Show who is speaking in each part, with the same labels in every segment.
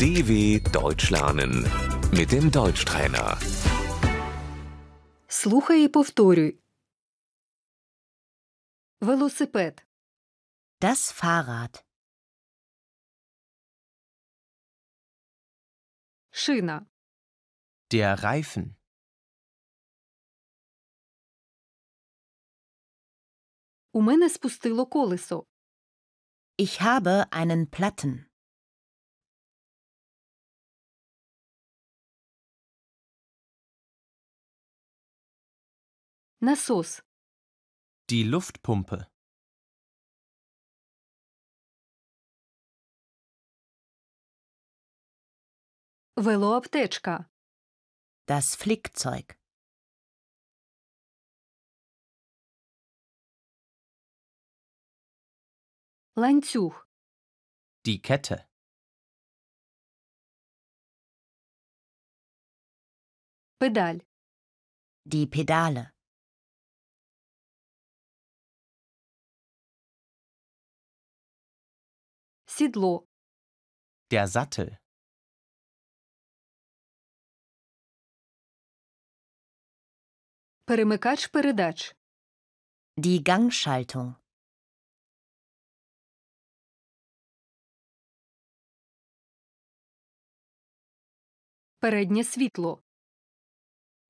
Speaker 1: DW Deutsch lernen mit dem Deutschtrainer.
Speaker 2: Слухай і повторюй. Велосипед,
Speaker 3: Das Fahrrad,
Speaker 2: шина,
Speaker 4: Der Reifen,
Speaker 2: у мене спустило колесо,
Speaker 3: ich habe einen Platten,
Speaker 2: насос,
Speaker 4: die Luftpumpe,
Speaker 2: велоаптечка,
Speaker 3: das Flickzeug,
Speaker 2: ланцюг,
Speaker 4: die Kette,
Speaker 2: педаль,
Speaker 3: die Pedale,
Speaker 2: сідло,
Speaker 4: der Sattel,
Speaker 2: перемикач передач,
Speaker 3: die Gangschaltung,
Speaker 2: переднє світло,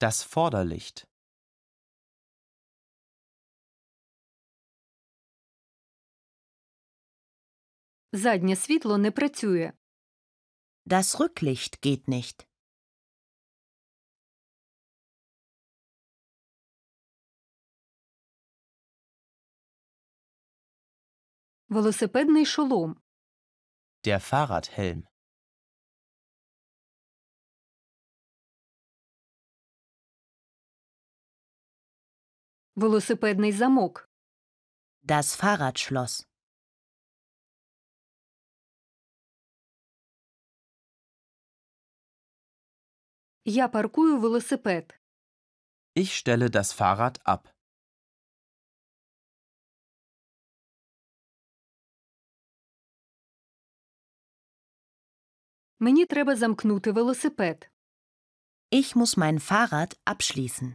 Speaker 4: das Vorderlicht,
Speaker 2: заднє світло не працює,
Speaker 3: das Rücklicht geht nicht,
Speaker 2: велосипедний шолом,
Speaker 4: der Fahrradhelm,
Speaker 2: велосипедний замок,
Speaker 3: das Fahrradschloss,
Speaker 2: я паркую велосипед,
Speaker 4: ich stelle das Fahrrad ab,
Speaker 2: мені треба замкнути велосипед,
Speaker 3: ich muss mein Fahrrad abschließen,